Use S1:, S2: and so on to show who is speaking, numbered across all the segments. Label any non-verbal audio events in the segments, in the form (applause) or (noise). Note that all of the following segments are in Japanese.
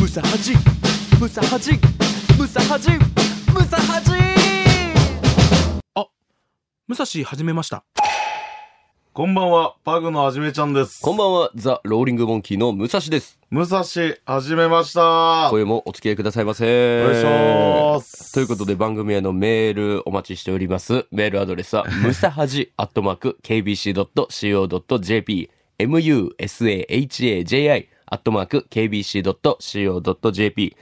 S1: ムサハジムサハジムサハジムサハジ
S2: 武蔵始めました。
S3: こんばんは、パグのはじめちゃんです。
S4: こんばんは、ザ・ローリング・モンキーの武蔵です。
S3: 武蔵、はじめました。お
S4: 声もお付き合いくださいませ。
S3: 願いします。
S4: ということで番組へのメールお待ちしております。メールアドレ (laughs) スは、ムサハジアットマーク KBC.CO.JP、MUSAHAJI アットマーク KBC.CO.JP、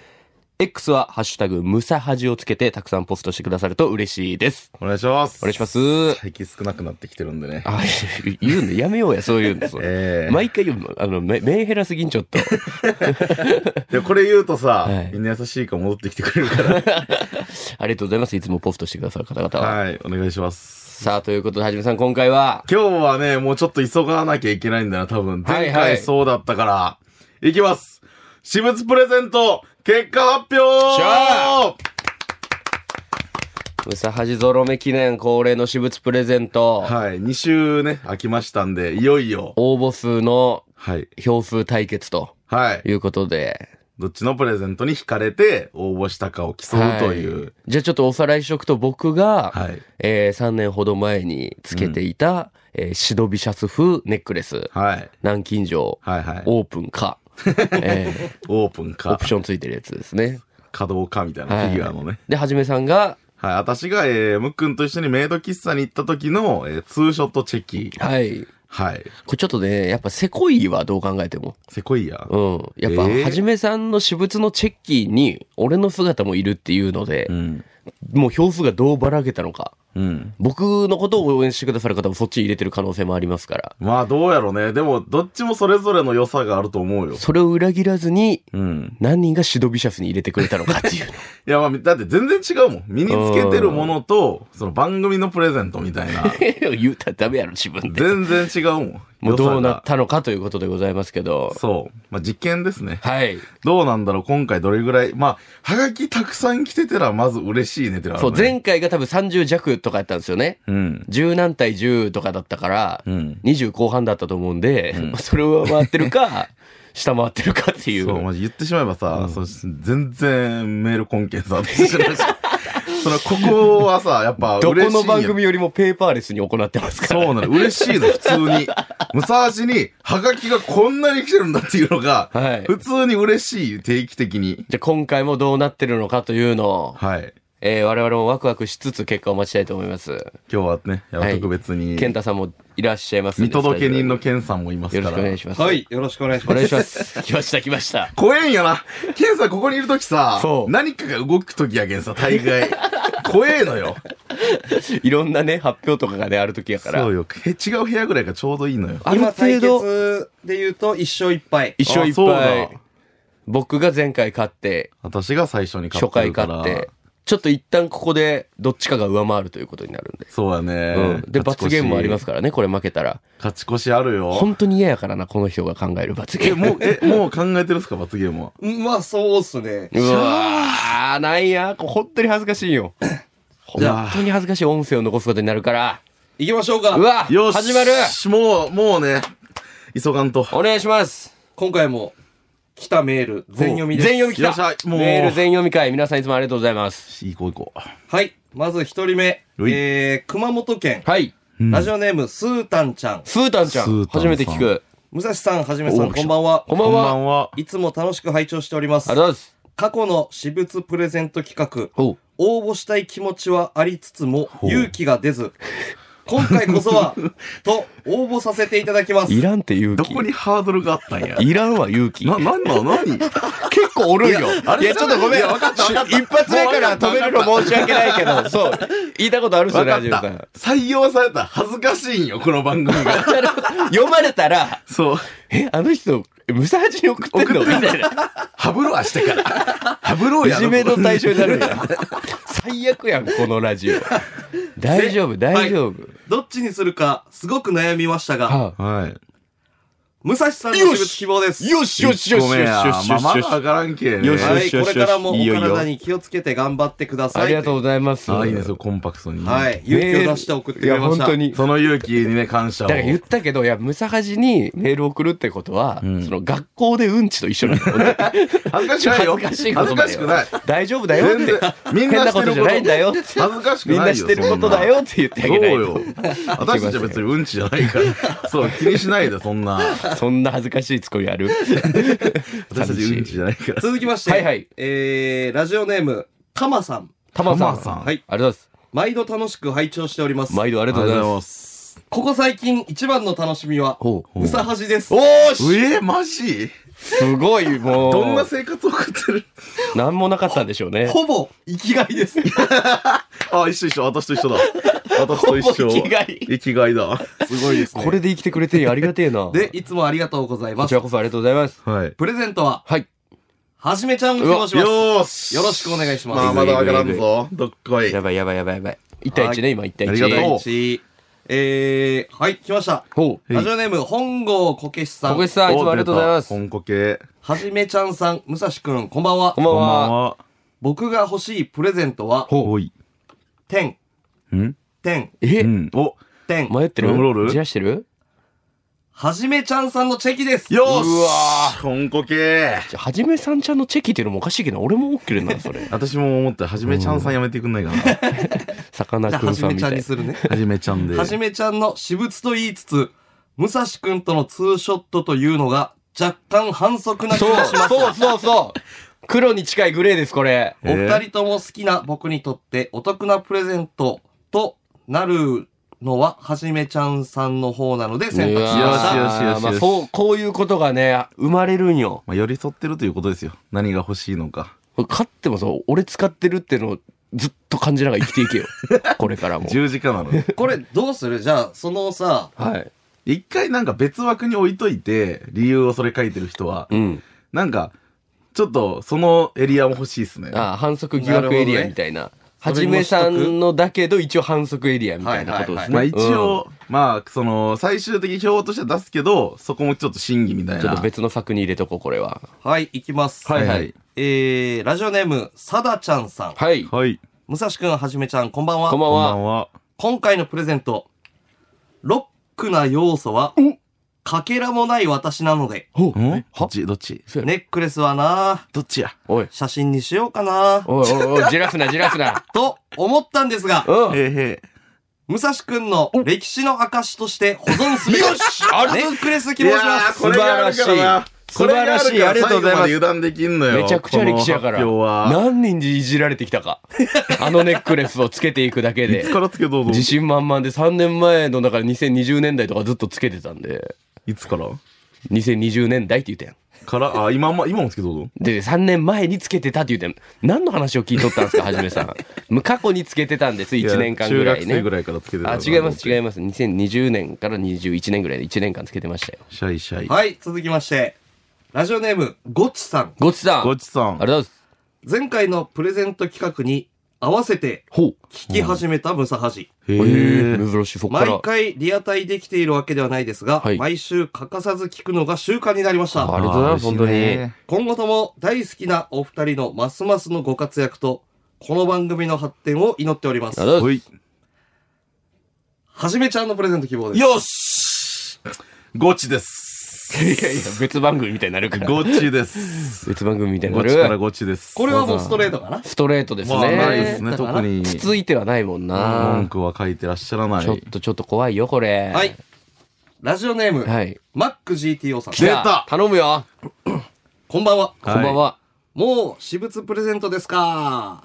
S4: X はハッシュタグムサハジをつけてたくさんポストしてくださると嬉しいです。
S3: お願いします。
S4: お願いします
S3: 最近少なくなってきてるんでね。
S4: あ、言うのやめようや、そういうの。それ
S3: ええ
S4: 毎回言うの、あの、メメンヘラすぎんちょっと。
S3: で、これ言うとさ、
S4: はい
S3: みんな優しいから戻ってきてくれる
S4: (laughs)
S3: から。
S4: ありがとうございます。いつもポストしてくださる方々は。
S3: はい、お願いします。
S4: さあ、ということで、はじめさん、今回は、
S3: 今日はね、もうちょっと急がなきゃいけないんだな、多分。
S4: はい
S3: 前
S4: はい
S3: 回そうだったから。い、きます。私物プレゼント、結果発表
S4: しゃムサハジゾロ目記念恒例の私物プレゼント、
S3: はい、2週ね、空きましたんで、いよいよ。
S4: 応募数の
S3: はい。
S4: 票数対決と
S3: はい。
S4: いうことで。
S3: どっちのプレゼントに惹かれて応募したかを競うという。
S4: はじゃあちょっとおさらいしとくと、僕が、
S3: はい。
S4: え3年ほど前につけていた、えーシドビシャス風ネックレス、
S3: はい。
S4: 南京錠、
S3: はいはい。
S4: オープンか、え
S3: オープン
S4: ーオ
S3: か
S4: プ、ションついてるやつですね。
S3: 稼働かみたい
S4: は
S3: ないフィギュアのね。
S4: で、はじめさんが、
S3: はい。私が、えー、ムックンと一緒にメイド喫茶に行った時の、えー、ツーショットチェキ。
S4: はい。
S3: はい。
S4: これちょっとね、やっぱせこいわ、どう考えても。
S3: セコイア。
S4: うん。やっぱ、
S3: えー
S4: はじめさんの私物のチェッキーに、俺の姿もいるっていうので
S3: う、ん。
S4: もう票数がどうばらけたのか。
S3: うん。
S4: 僕のことを応援してくださる方もそっちに入れてる可能性もありますから。
S3: まあ、どうやろうね。でも、どっちもそれぞれの良さがあると思うよ。
S4: それを裏切らずに、
S3: うん。
S4: 何人がシドビシャスに入れてくれたのかっていう。
S3: いや、まあ、だって全然違うもん。身につけてるものと、その番組のプレゼントみたいな。 (laughs)
S4: 言うたらダメやろ、自分で。
S3: 全然違うもん。
S4: (laughs) もう
S3: 良さが
S4: どうなったのかということでございますけど。
S3: そう。まあ、実験ですね。
S4: はい。
S3: どうなんだろう今回どれぐらい。まあ、はがきたくさん来てたらまず嬉しいねってのはあ
S4: そ
S3: る
S4: う、
S3: ね。
S4: 前回が多分30弱とかやったんですよね。
S3: うん。
S4: 10何対10とかだったから、
S3: うん。
S4: 20後半だったと思うんで、まあ (laughs) それを上回って
S3: (laughs)
S4: るか、下回ってるかっていう。
S3: そう、マジ言ってしまえばさ、そう全然メール根拠さ、私知ら
S4: (laughs)
S3: ないしその、ここはさ、やっぱ
S4: ど
S3: 嬉しいん
S4: こ
S3: や。
S4: の番組よりもペーパーレスに行ってますから。
S3: そうなの、嬉しいの、普通に。ムサハシに、はがきがこんなに来てるんだっていうのが、
S4: はい
S3: 普通に嬉しい、定期的に。
S4: じゃあ今回もどうなってるのかというのを、
S3: はい。
S4: えー我々もワクワクしつつ結果を待ちたいと思います。
S3: 今日はね、やっぱ
S4: はい
S3: 特別に、
S4: 健太さんもいらっしゃいますんで
S3: 見届け人の
S4: ス
S3: ケンさんもいま
S4: タジ
S3: す
S4: オに
S3: か
S4: よろしく
S3: ら
S4: お願い。します。
S1: は。いよろしくお願いし
S4: お
S1: ます
S4: 願いします。来ました来ました。
S3: 怖えんよな。ケンさんここにいるときさ
S4: そ、う
S3: 何かが動くときやけんさ、大概。怖えのよ。
S4: いろんなね、発表とかがね、ある時やから。
S3: そうよ。へ違う部屋ぐらいがちょうどいいのよ。
S4: ある
S1: 今対
S4: 程度、
S1: 決で言うと一勝一敗
S4: 一生いっ
S3: あそう
S4: ぱ
S3: だ
S4: い。僕が前回勝って、
S3: 私が最初に買っ
S4: 初
S3: て
S4: 回
S3: るか
S4: 勝
S3: ら。
S4: って、ちょっと一旦ここでどっちかが上回るということになるんで。
S3: そうやね。
S4: うん、で、罰ゲームもあります
S3: か
S4: からね、これ負けたら。
S3: 勝ち越しあるよ。
S4: 本当に嫌やからな、この人が考える罰ゲ
S3: え、
S4: ーム。
S3: もう、え、もう考えてるっすか、罰ゲームは。
S1: うんまあそうっすね
S4: うわー、なんや、これ本当に恥ずかしいよ。
S3: (laughs)
S4: 本
S3: じゃあ
S4: 当に恥ずかしい音声を残すことになるから。
S1: 行きましょうか
S4: うわ
S3: よし
S4: 始まる
S3: もう、もうね、急がんと。
S4: お願いします
S1: 今回も来たメール全読みです
S4: 全読み来
S3: よっしゃ
S4: た
S3: もう
S4: メール全読み会、皆さんいつもありがとうございます。
S3: 行こう行こ
S1: はいまず一人目
S3: うい
S1: えー、熊本県、
S4: はい。
S3: うん
S1: ラジオネームスータンちゃん
S4: スータンちゃ
S3: スー
S4: ん、
S3: タン
S4: 初
S3: さん
S4: めて聞く。
S1: 武蔵さんはじめさ
S4: お
S1: ん
S4: ー
S1: こんばんは
S4: こん
S3: う。
S4: ばんは。あり
S3: は。
S1: いつも楽しく拝聴しております
S4: がとうございます。
S1: 過去の私物プレゼント企画
S4: おう
S1: 応募したい気持ちはありつつも
S3: う
S1: 勇気が出ず今回こ
S4: (laughs)
S1: そはと応募させていただきます
S4: いらんって勇
S3: ど
S4: 気
S3: こ。にハードルがあったんや。
S4: いらんわ、勇気。
S3: な、なんなの何
S4: 結構おるんよ。
S3: あれ
S4: いや、ちょっとごめん。
S3: いやわかったわかった
S4: 一発目から止めるの申し訳ないけど、そう。言いたことあるっす
S3: わ
S4: よね、
S3: か
S4: は
S3: っ
S4: じめさん
S3: た。。採用されたら恥ずかしいんよ、この番組が。
S4: (laughs) 読まれたら、
S3: そう。
S4: え、あの人、ムサハジに送ってんの
S3: (laughs) 送
S4: み
S3: ってんの
S4: たいな。
S3: ハブロはしてから。ハブロを
S4: い
S3: や
S4: じ
S3: る。
S4: めの対象になるんや。最悪やん、このラジオ。大丈夫、大丈夫。
S1: どっちにするかすごく悩みましたが
S4: はあ
S3: はい。
S1: 武蔵さんの私物希望です。
S4: よしよしよしよしよし
S3: ご
S4: よ
S3: めんや
S4: し
S3: まあ、まだ上がらんけね。
S4: よしよし
S1: はい、これからもお
S4: いいよいいよ
S1: 体に気をつけて頑張ってください。
S4: ありがとうございます。
S3: あ、いいね、そう、コンパクトに。
S1: はい、勇気を出して送ってくれました。
S4: いや本当に。
S3: その勇気にね、感謝を。
S4: だから言ったけど、いや、ムサハジにメール送るってことは、
S3: うん
S4: その学校でうんちと一緒なの。
S3: 恥ずかしくない
S4: 恥
S3: よ。
S4: ずかしいこ
S3: 恥ず
S4: とだよ。
S3: かしくない。
S4: 大丈夫だよって。
S3: みん
S4: 変
S3: な
S4: な
S3: して
S4: こ
S3: るこ
S4: とじ
S3: と
S4: ゃないんだよって。
S3: 恥ずかしくない
S4: みん
S3: よ。
S4: なしてることだよって言ってあ
S3: そん
S4: げ
S3: な。
S4: ない
S3: そう
S4: と
S3: よ。私たちは別にうんちじゃないから。そう、気にしないで、そんな。
S4: そんな恥ずかしいツッコミある
S3: 私たちうんちじゃないから。
S1: 続きまして、
S4: はいはい
S1: えー、ラジオネーム、たまさん。
S4: タマさ
S3: タ
S4: ん。
S3: マさん
S1: はい。
S4: ありがとうございます。
S1: 毎度楽しく拝聴しております。
S4: 毎度ありがとうございます。
S3: す。
S1: ここ最近一番の楽しみは、
S4: ほう
S1: ムサハジです。
S4: おーし
S3: えー、マジ
S4: すごいもう。
S3: どんな生活を送ってる
S4: なんもなかったんでしょうね。
S1: ほぼ生きがい
S4: (laughs)
S1: です。
S3: あ、一緒一緒。私と一緒 (laughs) だ。私と一緒。
S4: ほぼ生きがい
S3: 生きがいだ。すごいですね。
S4: (laughs)
S1: (laughs)
S4: これで生きてくれてんやありがてえな。
S1: で、いつもありがとうござい
S4: こ
S1: ま
S4: ち
S1: す
S4: ら。こそありがとうございます。
S3: はい。
S1: プレゼントは、
S4: はい。
S1: はじめちゃんを希望し
S3: よ
S1: ま
S3: ー
S1: す。
S3: し。
S1: よろしくお願いします
S3: まあ、まだ上がらんぞ。どっこい。
S4: やばいやばいやばいやばい。1対1ね、今1対1。
S3: ありがとう
S1: 第一えー、はい、来ました。
S4: ほう。
S1: ラジオネーム、本郷こけしさ
S4: 小
S1: ん
S4: 越。さん、いつもありがとうございます。
S3: 本コ系。
S1: はじめちゃんさん、武蔵くん、こんばんは
S4: こん。ばん
S3: こんばん
S4: は。
S3: は。
S1: 僕が欲しいプレゼントは、
S3: ほい。
S1: 点、
S3: ん
S1: 点、
S4: え
S3: うん。お、
S1: 点。
S4: 迷ってる
S3: ドラムロール
S4: じらしてる
S1: はじめちゃんさんのチェキです。
S3: よーし
S4: うわ
S3: 本コ系。。
S4: じゃあはじめさんちゃんのチェキっていうのもおかしいけど、俺も OK な、そ
S3: (laughs)
S4: れ
S3: 私も思った。はじめちゃんさんやめてくんないか (laughs) な。
S4: さかな
S1: じゃあ、
S4: ク
S1: は
S4: ン
S1: じ
S4: さん
S1: め
S4: み
S1: ちゃ
S4: た
S1: ん
S4: い
S1: に。するね。
S3: はじめちゃんで。
S1: はじめちゃんの私物と言いつつ、武蔵くんとのツーショットというのが若干反則な気
S4: そう
S1: がします。
S4: そうそうそう黒に近いグレーです、これ。
S1: お二人とも好きな僕にとってお得なプレゼントとなるのははじめちゃんさんの方なので選
S4: う
S1: 択
S4: わ
S1: しました
S4: ー。
S3: よしよしよしよし
S4: まあ、そう、こういうことがね、生まれるんよ。
S3: まあ、寄り添ってるということですよ。何が欲しいのか。
S4: これ勝ってもそう、俺使ってるっていうのをずっと感じながら生きていけよ。 (laughs) これからも。
S3: 十字架なの。 (laughs)
S1: これどうするじゃあ、そのさ、
S4: はい。
S3: 一回なんか別枠に置いといて、理由をそれ書いてる人は、
S4: うん。
S3: なんか、ちょっとそのエリアも欲しいですね。
S4: ああ反則疑惑エリアみたいな。
S1: な
S4: は
S1: るほど
S4: じ
S1: ね
S4: めさんのだけど、一応反則エリアみたいなことですね。
S3: まあ一応、まあその最終的表としては出すけど、そこもちょっと審議みたい
S4: うん、
S3: な。
S4: ちょっと別の柵に入れとこう、これは。
S1: はい、いきます。
S3: はいは
S4: はい
S3: い。
S1: えー、ラジオネーム、さだちゃんさん。
S4: はい。こ
S3: はい。
S1: 武蔵くん、はじめちゃん、こんばん
S4: んば
S1: は。
S4: ん
S3: こんば
S4: は。
S3: んは。
S1: 今回のプレゼント、ロックな要素は、かけらもない私なので、
S4: ほ
S3: んど
S4: は
S3: っちどっち
S1: ネックレスはな
S3: どっちや
S4: おい。
S1: 写真にしようかな
S4: おいおいおい、じらすな、じらすな。
S1: と思ったんですが、
S4: うん。
S3: へえへ
S1: 武蔵くんの歴史の証として保存すべき。
S4: よしあり
S1: ネ
S4: がとう
S1: ックレス希
S3: え。
S1: 望します
S4: ーこれがあるからな
S3: 素晴らしい。
S4: これがあるから最後まで
S3: 油断できんのよ。
S4: めちゃくちゃ歴史やから。
S3: 今日は。
S4: 何人にいじられてき
S3: (laughs)
S4: たか。あのネックレスをつけていくだけ
S3: い
S4: で
S3: つ。からつけどうぞ。
S4: 自信満々で3年前のだから2020年代とかずっとつけてたんで。
S3: いつから
S4: 2020年代って言ったやん。
S3: から、あ、今も、今もつけどうぞ。
S4: で、3年前につけてたって言うて、何の話を聞いとったんですか、はじめさん。
S3: (laughs)
S4: もう過去につけてたんです、1年間ぐら
S3: 中学
S4: い
S3: 生
S4: ね
S3: ぐ。らいからつけてた
S4: あ、違います、違い
S3: ま
S4: ます。2020年から21年ぐらいで1年間つけてましたよ。
S3: す。シャイシャイ。
S1: はい、続きまして、ラジオネーム、ゴッチさん。
S4: ごちさん。
S3: ごちさ
S4: あ
S3: ん。
S4: りがとうございます。
S1: 前回のプレゼント企画に合わせて
S4: ほう。
S1: 聞き始めたムサハジ。
S3: へ
S4: え
S3: え。
S4: 珍しい、そっから。
S1: 毎回リアタイできているわけではないですが、
S4: はい
S1: 毎週欠かさず聞くのが習慣になりまし
S4: あ
S1: た。
S4: りがとうございます
S3: あー嬉しね
S1: 今後とも大好きなお二人のますますのご活躍と、この番組の発展を祈っております
S4: あ。りがとう
S3: ほ
S4: ござい
S3: い。
S1: はじめちゃんのプレゼント希望です。
S3: よしゴチです。
S4: (laughs) ます。いやいや、別番組みたいになるから。
S3: ゴチです。
S4: 別番組みたいにな
S3: ゴチから
S4: る。
S3: ゴチです。
S1: これはもうストレートかな
S4: ストレートです
S3: まあないです
S4: ね。
S3: ね。特に、
S4: つついてはないも
S3: 文
S4: んな。
S3: 句は書いてらっしゃらな
S4: ちょっ
S3: い。
S4: とちょっと怖いよ、これ。
S1: はい。。ラジオネーム、
S4: はい。
S1: マック GTO さん。
S4: 来
S3: 出た
S4: 頼むよ。
S1: こんばんは。
S4: こんばんは。
S1: もう、私物プレゼントですか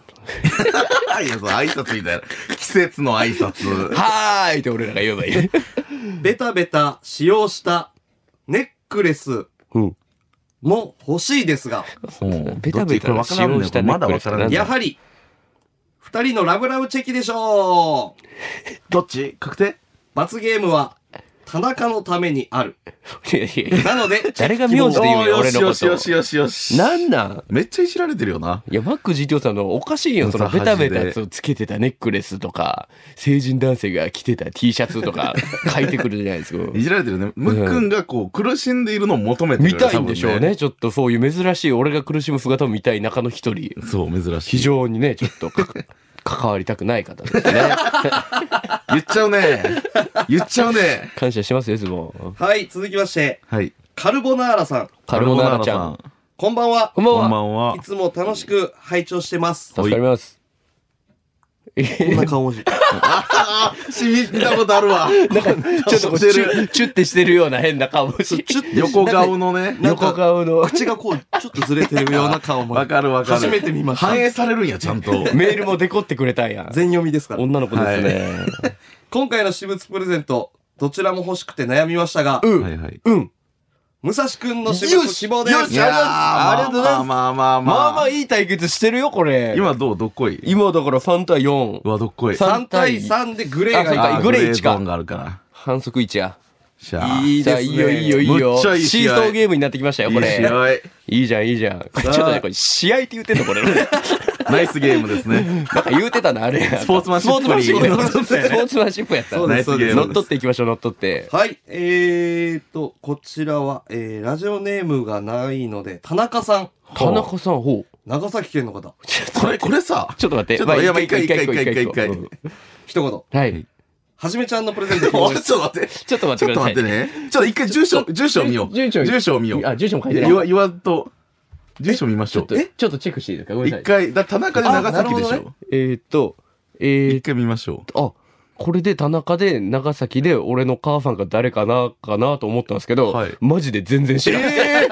S3: いや、そう、挨拶みたいな。季節の挨拶。
S4: はーいって俺らが言えばいい。
S1: ベタベタ使用したネックレス
S4: うん。
S1: も欲しいですが、
S3: うん
S4: ベタベタな使用したネックレスってなんだ
S1: やはり、二人のラブラブチェキでしょう
S3: どっち確定
S1: 罰ゲームは、田中のために
S3: (laughs)
S1: ある。
S4: いやいやいや
S1: なので、
S4: 誰が名字で言うよ、
S3: おー
S4: 俺の
S3: よ
S4: こ
S3: しよし
S4: と。
S3: よしよし。
S4: なんなん
S3: めっちゃいじられてるよな。
S4: いや、マック GTO さんのおかしいよ。そのベタベタやつをつけてたネックレスとか、成人男性が着てた T シャツと (laughs) か書いてくるじゃないですか。
S3: いじられてるね。むっくんがこう、苦しんでいるのを求めてる
S4: 見
S3: よね
S4: たいんでしょう。ね。ちょっとそういう珍しい、俺が苦しむ姿を見たい中の一人。
S3: 多分ねそう、珍しい。
S4: 非常にね、ちょっとか (laughs) 関わりたくない方ですね。
S3: 言っちゃうね。言っちゃうね。
S4: 感謝しますよ、いつも。
S1: はい、続きまして、
S3: はい。
S1: カルボナーラさん。
S4: カルボナーラちゃん。。
S1: こんばんは。
S4: こ。んばん
S3: こんば
S4: は。
S3: んはい
S1: つも楽しく拝聴してます。
S4: 助かります。
S1: こんな顔文字。
S3: ああ、しみ、見たことあるわ。
S4: (laughs) ちょっとこうチ
S3: して
S4: ュ
S3: る
S4: ッチュッてしてるような変な顔
S1: そう
S4: し。
S1: ちょっと
S3: (laughs) 横顔
S1: の。
S3: のね。
S1: なんか
S4: 横顔の。
S1: 口がこう、ちょっとずれてるような顔文字。
S3: わかるわかる。
S1: 初めて見ました
S3: 反映されるんや、ちゃん (laughs) と。
S4: メールもデコってくれたんや。
S1: 全読みですから。
S4: 女の子ですね。
S1: 今回の私物プレゼント、どちらも欲しくて悩みましたが、
S4: う
S3: はい
S4: ん。
S3: はい。
S4: うん。
S1: 武蔵くんの私物志望です。
S4: いやーありがとうござい
S3: まあ
S4: ます
S3: まあまあ。
S4: まあまあいい対決してるよ、これ。
S3: 今どうどっこい
S4: 今だから3対4
S3: う。わ、どっこい。
S4: さ
S1: 3対3でグレーが
S4: あ
S1: いた
S4: そ
S3: あ
S4: う
S3: ー
S4: かグレー一
S3: ゾ
S4: か
S3: ーンがあるから。
S4: 反則1や。
S3: しゃあ。
S1: いいですね
S4: さあいいよ、いいよ、いい
S3: むっちゃ
S4: よ。
S3: いい
S4: シ
S3: 試
S4: ー
S3: 合
S4: ソーゲームになってきましたよ、こ
S3: いい試
S4: れ。
S3: 合。
S4: いいじゃん、いいじゃん。これちょっとね、これ試合って言ってんの、これ。
S3: ナイスゲームです (laughs) ね。
S4: なんか言うてたな、あれ。
S3: スポーツマンシップ
S4: スポーツマンシップ。
S3: スポーツマンシップ
S4: スポーツマンシップやった。
S1: そう
S3: ナ
S1: で
S3: イ
S1: すそ
S3: ス
S1: う
S3: ゲ
S1: で
S3: ー
S1: す
S3: ムです。
S4: 乗っ取っていきましょう、乗っ取って。
S1: はい、えーと、こちらは、えー、ラジオネームがないので、田中さん、
S4: 田中さん、ほう。
S1: 長崎県の方、
S3: これ、これさ。
S4: ちょっと待って。
S3: ちょっと
S4: まあ
S3: いやまあ一回
S4: 個
S3: 一回
S4: 個
S3: 一回
S4: 個
S3: 一回
S1: 一言、
S4: うんは
S3: はい
S4: い。
S1: はじめちゃんのプレゼント
S3: (laughs)
S1: 希望
S3: お
S1: で
S3: い
S1: す。
S3: ちょっと待って。
S4: ち
S3: ちょ
S4: ょっと待っ
S3: ってと
S4: くださ
S3: 待
S4: い。
S3: ってね。ちょっと一回住所、住所見よう。
S4: 住所
S3: 住所を見よう。
S4: あ、住所も書い
S3: い
S4: て
S3: や
S4: ない。
S3: 言わ、言わんと。住所見まし
S4: ちょ
S3: ょ
S4: っ
S3: う
S4: と。、ちょっとチェックしていいですかごめんな
S3: 一
S4: さい。
S3: 回、だ田中で長崎でし
S1: あなるほ
S3: ょ。
S4: えーっと、えー
S3: 一
S4: っ
S3: 回見ましょ
S4: と、あ、これで田中で長崎で俺の母さんが誰かな、かなと思ったんですけど、
S3: はい
S4: マジで全然知らない。
S3: う。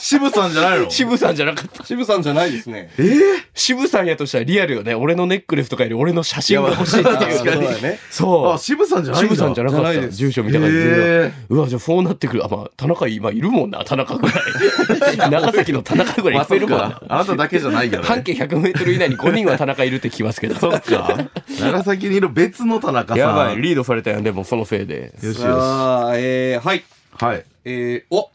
S3: 渋さんじゃないの
S4: 渋さんじゃなかった。
S1: 渋さんじゃないですね。
S3: ええ
S4: 渋さんやとしたらリアルよね。俺のネックレスとかより俺の写真が欲しいって
S1: あ
S4: (laughs)
S1: ー
S4: い。
S1: そううだね。
S4: そ
S3: あ、
S4: う。
S3: 渋さんじゃないんだ
S4: 渋さんじゃなかっ
S1: じゃない
S4: た。
S1: です
S4: 住所見た感じで。
S3: え
S4: うわ、じゃあそうなってくる。あ、まあ、田中今いるもんな、田中ぐらい。 (laughs) 長崎の田中ぐ
S3: え
S4: らいい
S3: ま
S4: っ
S3: あ、
S4: ぱ
S3: そっ
S4: いいるもんな
S3: か。。あなただけじゃないよ
S4: 半
S3: ね。
S4: 径100メートル以内に5人は田中いるって聞きますけど。
S3: そっか。長崎にいる別の田中さん。
S4: (laughs) やばい、
S3: よ
S4: リードされたやん、でもそのせいで。
S3: しよし。は
S1: さあ、えー、はい、
S4: (laughs)
S3: い。
S1: えー、お、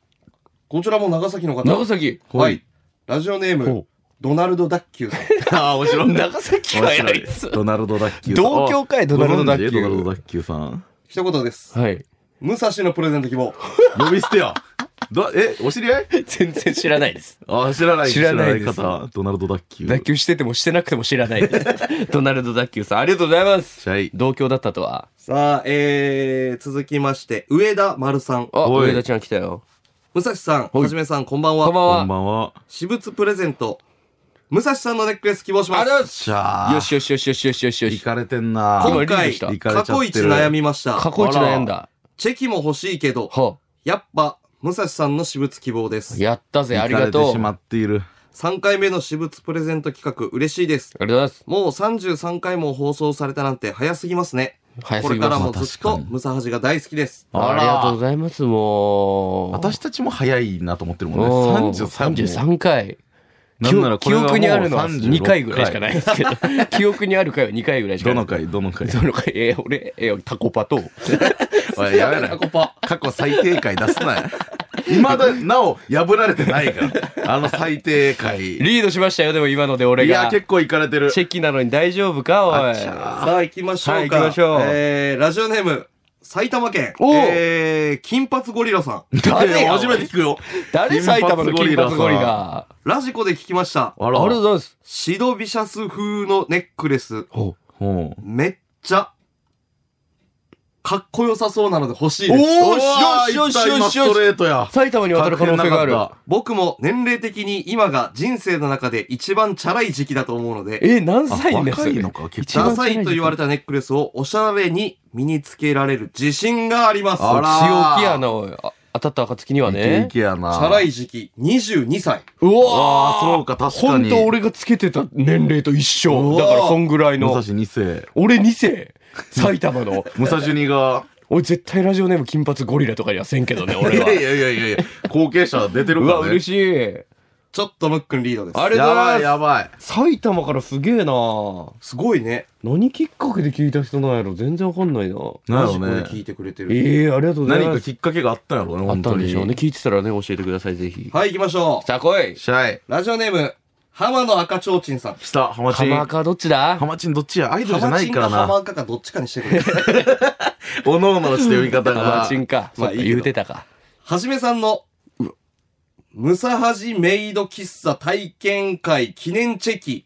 S1: こちらも長崎の方、
S4: 長崎
S1: はい、ラジオネー
S4: ほ
S1: ム
S4: う、
S1: ドナルド・ダッキューさん。
S3: ああ、面白い。
S4: 長崎
S3: 面
S4: かや
S3: 白
S4: あい
S3: い
S4: つ。
S3: ドナルド・ダッキュー
S4: 同郷かいドナルドダッキュ
S3: ご存
S4: ー
S3: 知ドナルド・ダッキューさん。
S1: 一言です。
S4: はい。
S1: 武蔵のプレゼント希望。
S3: 呼び捨てや。どえ、お知り合い
S4: 全然知らな
S3: (laughs)
S4: いです。
S3: ああ、知らない。
S4: 知らないです
S3: 知ら方。ドナルド・ダッキュー。
S4: 脱臼しててもしてなくても知らないです。 (laughs) ドナルド脱臼さん、ありがとうございます。
S3: シャイ。
S4: 同郷だったとは。
S1: さあ、えー、続きまして、上田丸さん。
S4: あ、
S3: おい
S4: 上田ちゃん来たよ。
S1: 武蔵さん、はじめさん、こんばんは。
S4: こんばん
S3: こんば
S4: は。
S3: んは。
S1: 私物プレゼント。武蔵さんのネックレス希望します。
S3: しゃあ。
S4: よしよしよしよしよしよしよ
S3: 行
S4: し。
S3: かれてんな。
S4: 今
S1: 今
S4: リード
S1: 回、
S4: した
S1: 過
S3: 行かれちゃっ
S1: 去
S3: てる
S1: 一悩みました。
S4: 過去一悩んだ。
S1: チェキも欲しいけど、
S4: は
S1: やっぱ、武蔵さんの私物希望です。
S4: やったぜ、ありが
S3: 行かれ
S4: と
S3: て
S4: う。
S3: しま
S4: あ
S3: っている。
S1: 3回目の私物プレゼント企画、嬉しいです。
S4: りがとうございます。
S1: もう33回も放送されたなんて早すぎますね。
S4: 早
S1: こ
S4: す
S1: れ
S4: ぎ
S1: から
S4: ま
S1: も
S4: す。
S1: ずっ
S3: まあ
S1: と
S3: 確かに
S1: 武蔵が大好きです。
S3: あら
S4: ありがとうございます、もう。
S3: 私たちも早いなと思ってるもん
S4: お
S3: ね。
S4: ー
S3: 33も。
S4: 33回。
S3: なんならこれが
S4: 記
S3: もう
S4: 憶にあるのは
S3: 36
S4: 2回ぐらいしかないですけど。 (laughs) 記憶にある回は2回ぐらいしか
S3: ど
S4: な
S3: の
S4: い。
S3: 回どの
S4: (laughs)
S3: 回
S4: どの回えー俺、えータコパと、
S3: おいやめろよ過去最低回出すなよ。まだなお破られてないから。あの最低回。
S4: リードしましたよ、でも今ので (laughs) 俺
S3: いや、
S4: が。
S3: 結構行かれてる。(laughs)
S4: (laughs) チェキなのに大丈夫か、お
S3: あ
S4: い
S3: っ。ちゃ
S1: さあ行きましょうか。
S4: はい行きましょう
S1: えー、ラジオネーム、埼玉県。
S4: おう
S1: えー、金髪ゴリラさん。
S4: 誰
S3: いや
S4: よ
S3: 初めて聞くよ。
S4: 誰埼玉の金髪ゴリ
S3: さん。
S4: ラ。
S1: ラジコで聞きました。
S3: あ
S4: ありがとうご
S3: ら。
S4: ざいます。
S1: シドビシャス風のネックレス、
S4: お
S3: ほう
S1: めっちゃ、かっこよさそうなので欲しいです。
S4: お
S3: う
S4: ー
S3: わ
S4: しよしよしよ
S3: 今
S4: し
S3: スト
S4: よし。
S3: レートや。
S4: 埼玉に渡る可能性がある。
S1: 僕も年齢的に今が人生の中で一番チャラい時期だと思うので、
S4: え、何
S3: あ
S4: 歳です
S3: 若いのか、結
S4: 一番
S1: ダ
S3: 構。
S1: サいと言われたネックレスをおしゃれに身につけられる自信があります。
S3: あら
S4: 強気やな、おい。あ当たった暁には
S3: イケイ
S4: ね。
S3: ケやな。
S1: チャラ
S3: い。
S1: い時期、22歳。
S4: う
S3: あ
S4: わ
S3: あ、
S4: ー
S3: そうか、確か
S4: 本
S3: に。
S4: 当俺がつけてた年齢と一緒。
S1: おー
S4: だからそんぐらい
S3: 武蔵
S4: の。
S3: 2世。
S4: 俺2世。埼玉の。 (laughs)
S3: 武蔵2が。
S4: 俺絶対ラジオネーム金髪ゴリラとかにはせんけどね、
S3: い
S4: 俺は
S3: や。いやいやいやいや、後継者出て
S4: う
S3: るか
S4: わ、
S3: らね
S4: 嬉。しい。
S1: ちょっとロックンリードです。
S4: ありがとう
S3: や
S4: ございま
S3: ば
S4: す
S3: いやばい。
S4: 埼玉からすげえな
S1: すごいね。
S4: 何きっかけで聞いた人なんやろ全然わかんない
S3: なる
S4: な。
S3: ほど
S1: マジ
S3: ね
S1: これ聞いてくれてる。
S4: ええありがとうござい
S3: 何
S4: ま
S3: か
S4: す。
S3: きっかけがあったんやろうね、
S4: あっ
S3: 本
S4: た
S3: 当
S4: ん
S3: に。
S4: でしょうね。聞いてたらね、教えてください、ぜひ。
S1: はい、行きましょう。
S4: さあ来い
S3: シャイ。
S1: ラジオネーム、浜野赤ちょうちんさん。
S3: 来た、ハマチン。
S4: 浜
S3: ハ
S4: かどっちだ
S3: マチンどっちやアイドルじゃ
S1: 浜
S3: ない
S1: ちん
S3: から
S1: か
S3: な。
S1: 浜赤かどっちかにしてくれ。
S3: おのおののして呼び方
S4: ハマ
S3: が
S4: チ。ンか。ま
S1: まあ
S4: あ
S1: いいけど
S4: 言うてたか。
S1: はじめさんの、ムサハジメイド喫茶体験会記念チェキ、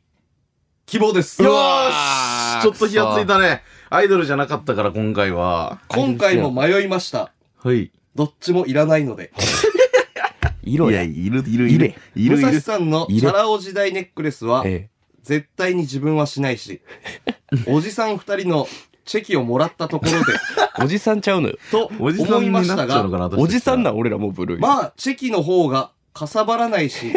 S1: 希望です。
S3: よ
S4: うわ
S3: ーしちょっと火がついたね。アイドルじゃなかったから、今回は。
S1: 今回も迷いました。
S3: はい。
S1: どっちもいらないので。
S4: い
S3: い
S4: ろ
S3: や、
S4: や。
S3: いる、いる、いる。い
S1: 武
S3: る、い
S1: 蔵
S3: る。
S1: さんのチャラ男時代ネックレスは、
S4: え
S1: 絶対に自分はしな
S3: (laughs)
S1: いし、おじさん二人のチェキをもらったとこ
S3: (laughs)
S1: ろで、
S4: え。おじさんちゃう (laughs) のよ。
S1: と
S3: おじさん
S1: 思い
S3: に
S1: ま
S3: なっ
S1: し
S3: ち
S1: た
S3: ゃうのか
S1: が、
S3: な、私たち
S4: おじさんな、俺らもうブルー。
S1: まあ、チェキの方がかさばらな
S3: (laughs)
S1: いし、